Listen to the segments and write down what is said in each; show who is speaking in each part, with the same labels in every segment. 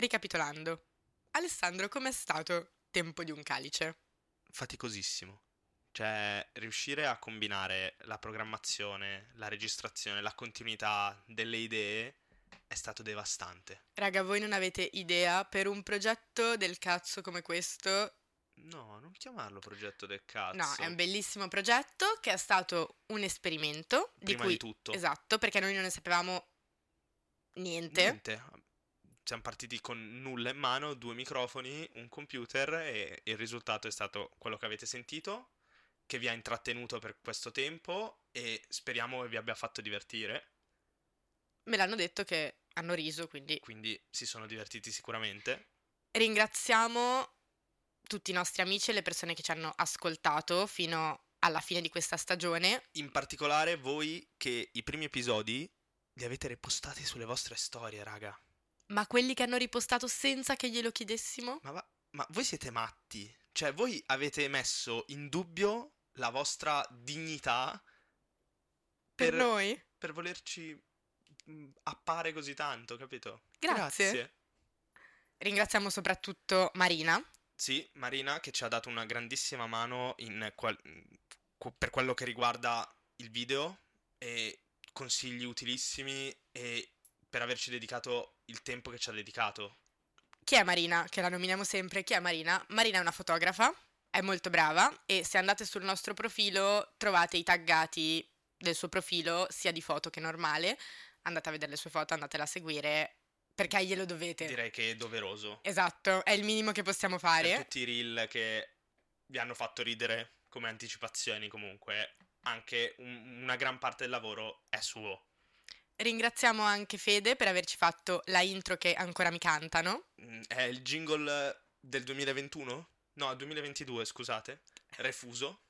Speaker 1: Ricapitolando, Alessandro com'è stato tempo di un calice?
Speaker 2: faticosissimo. Cioè, riuscire a combinare la programmazione, la registrazione, la continuità delle idee è stato devastante.
Speaker 1: Raga, voi non avete idea, per un progetto del cazzo come questo,
Speaker 2: No, non chiamarlo progetto del cazzo.
Speaker 1: no, è un bellissimo progetto che è stato un esperimento di
Speaker 2: Prima
Speaker 1: cui...
Speaker 2: di tutto.
Speaker 1: Esatto, perché noi non ne sapevamo niente.
Speaker 2: Niente. Siamo partiti con nulla in mano, due microfoni, un computer e il risultato è stato quello che avete sentito, che vi ha intrattenuto per questo tempo e speriamo che vi abbia fatto divertire.
Speaker 1: Me l'hanno detto che hanno riso, quindi
Speaker 2: Quindi si sono divertiti sicuramente.
Speaker 1: ringraziamo tutti i nostri amici e le persone che ci hanno ascoltato fino alla fine di questa stagione.
Speaker 2: in particolare voi che i primi episodi li avete repostati sulle vostre storie, raga.
Speaker 1: Ma quelli che hanno ripostato senza che glielo chiedessimo?
Speaker 2: Ma, va- ma voi siete matti? Cioè, voi avete messo in dubbio la vostra dignità
Speaker 1: Per,
Speaker 2: per,
Speaker 1: noi?
Speaker 2: per volerci mh, appare così tanto, capito?
Speaker 1: Grazie. Ringraziamo soprattutto Marina.
Speaker 2: Sì, Marina che ci ha dato una grandissima mano in qual- qu- per quello che riguarda il video e consigli utilissimi e per averci dedicato il tempo che ci ha dedicato.
Speaker 1: Chi è Marina? Che la nominiamo sempre. Chi è Marina? Marina è una fotografa, è molto brava e se andate sul nostro profilo trovate i taggati del suo profilo, sia di foto che normale. Andate a vedere le sue foto, andatela a seguire perché glielo dovete.
Speaker 2: Direi che è doveroso.
Speaker 1: Esatto, è il minimo che possiamo fare.
Speaker 2: Per tutti i reel che vi hanno fatto ridere come anticipazioni, comunque, anche un- una gran parte del lavoro è suo.
Speaker 1: Ringraziamo anche Fede per averci fatto la intro che ancora mi cantano.
Speaker 2: Mm, È il jingle del 2021? No, 2022, scusate. Refuso?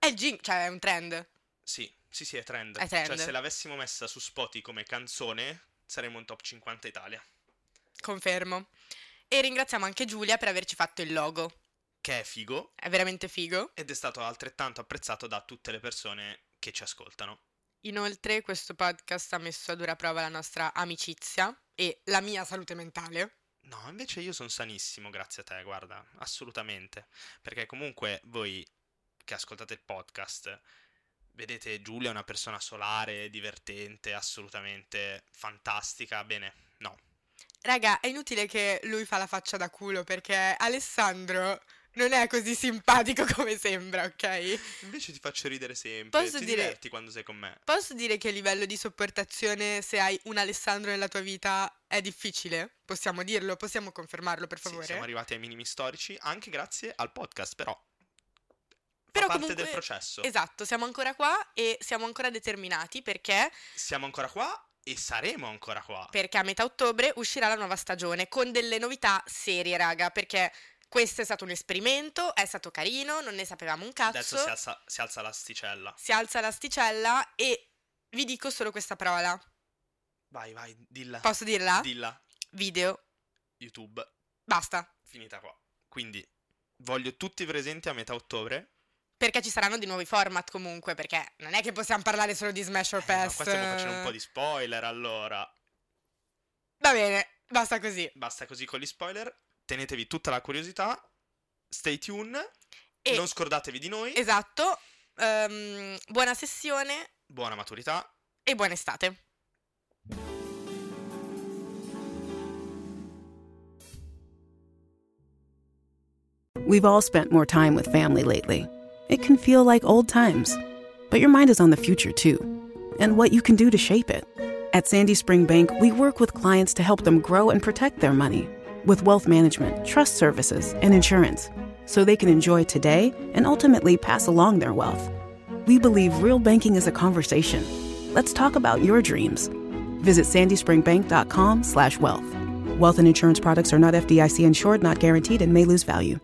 Speaker 1: È il jing, cioè è un trend.
Speaker 2: Sì, sì, sì, è trend.
Speaker 1: È trend.
Speaker 2: Cioè, se l'avessimo messa su Spotify come canzone, saremmo in top 50 Italia.
Speaker 1: Confermo. E ringraziamo anche Giulia per averci fatto il logo.
Speaker 2: Che è figo
Speaker 1: È veramente figo.
Speaker 2: ed è stato altrettanto apprezzato da tutte le persone che ci ascoltano.
Speaker 1: Inoltre, questo podcast ha messo a dura prova la nostra amicizia e la mia salute mentale.
Speaker 2: No, invece io sono sanissimo, grazie a te, guarda, assolutamente. Perché comunque voi che ascoltate il podcast, vedete Giulia è una persona solare, divertente, assolutamente fantastica. Bene, no,
Speaker 1: Raga, è inutile che lui fa la faccia da culo perché Alessandro non è così simpatico come sembra, ok?
Speaker 2: invece ti faccio ridere sempre,
Speaker 1: Posso
Speaker 2: ti
Speaker 1: dire-
Speaker 2: diverti quando sei con me.
Speaker 1: Posso dire che il livello di sopportazione se hai un Alessandro nella tua vita è difficile? Possiamo dirlo? Possiamo confermarlo, per
Speaker 2: Sì,
Speaker 1: favore?
Speaker 2: siamo arrivati ai minimi storici, anche grazie al podcast, però fa
Speaker 1: Però
Speaker 2: parte del
Speaker 1: comunque-
Speaker 2: processo.
Speaker 1: Esatto, siamo ancora qua e siamo ancora determinati perché,
Speaker 2: Siamo ancora qua e saremo ancora qua.
Speaker 1: perché a metà ottobre uscirà la nuova stagione con delle novità serie, raga, perché questo è stato un esperimento, è stato carino, non ne sapevamo un
Speaker 2: Adesso
Speaker 1: cazzo,
Speaker 2: si alza, si alza l'asticella.
Speaker 1: si alza l'asticella e vi dico solo questa parola,
Speaker 2: Vai, vai, dilla.
Speaker 1: posso dirla?
Speaker 2: Dilla.
Speaker 1: Video,
Speaker 2: YouTube,
Speaker 1: basta,
Speaker 2: finita qua. Quindi voglio tutti presenti a metà ottobre.
Speaker 1: perché ci saranno di nuovi format comunque, perché non è che possiamo parlare solo di Smash or
Speaker 2: Eh, ma
Speaker 1: Pass.
Speaker 2: qua stiamo facendo un po' di spoiler, allora.
Speaker 1: Va bene, basta così.
Speaker 2: Basta così con gli spoiler. Tenetevi tutta la curiosità. Stay tuned.
Speaker 1: E-
Speaker 2: Non scordatevi di noi.
Speaker 1: Esatto, ehm, buona sessione
Speaker 2: Buona maturità.
Speaker 1: e buona estate.
Speaker 3: We've all spent more time with family lately. It can feel like old times, but your mind is on the future too, and what you can do to shape it. At Sandy Spring Bank, we work with clients to help them grow and protect their money with wealth management, trust services, and insurance, so they can enjoy today and ultimately pass along their wealth. We believe real banking is a conversation. Let's talk about your dreams. Visit sandyspringbank.com/wealth. Wealth and insurance products are not FDIC insured, not guaranteed, and may lose value.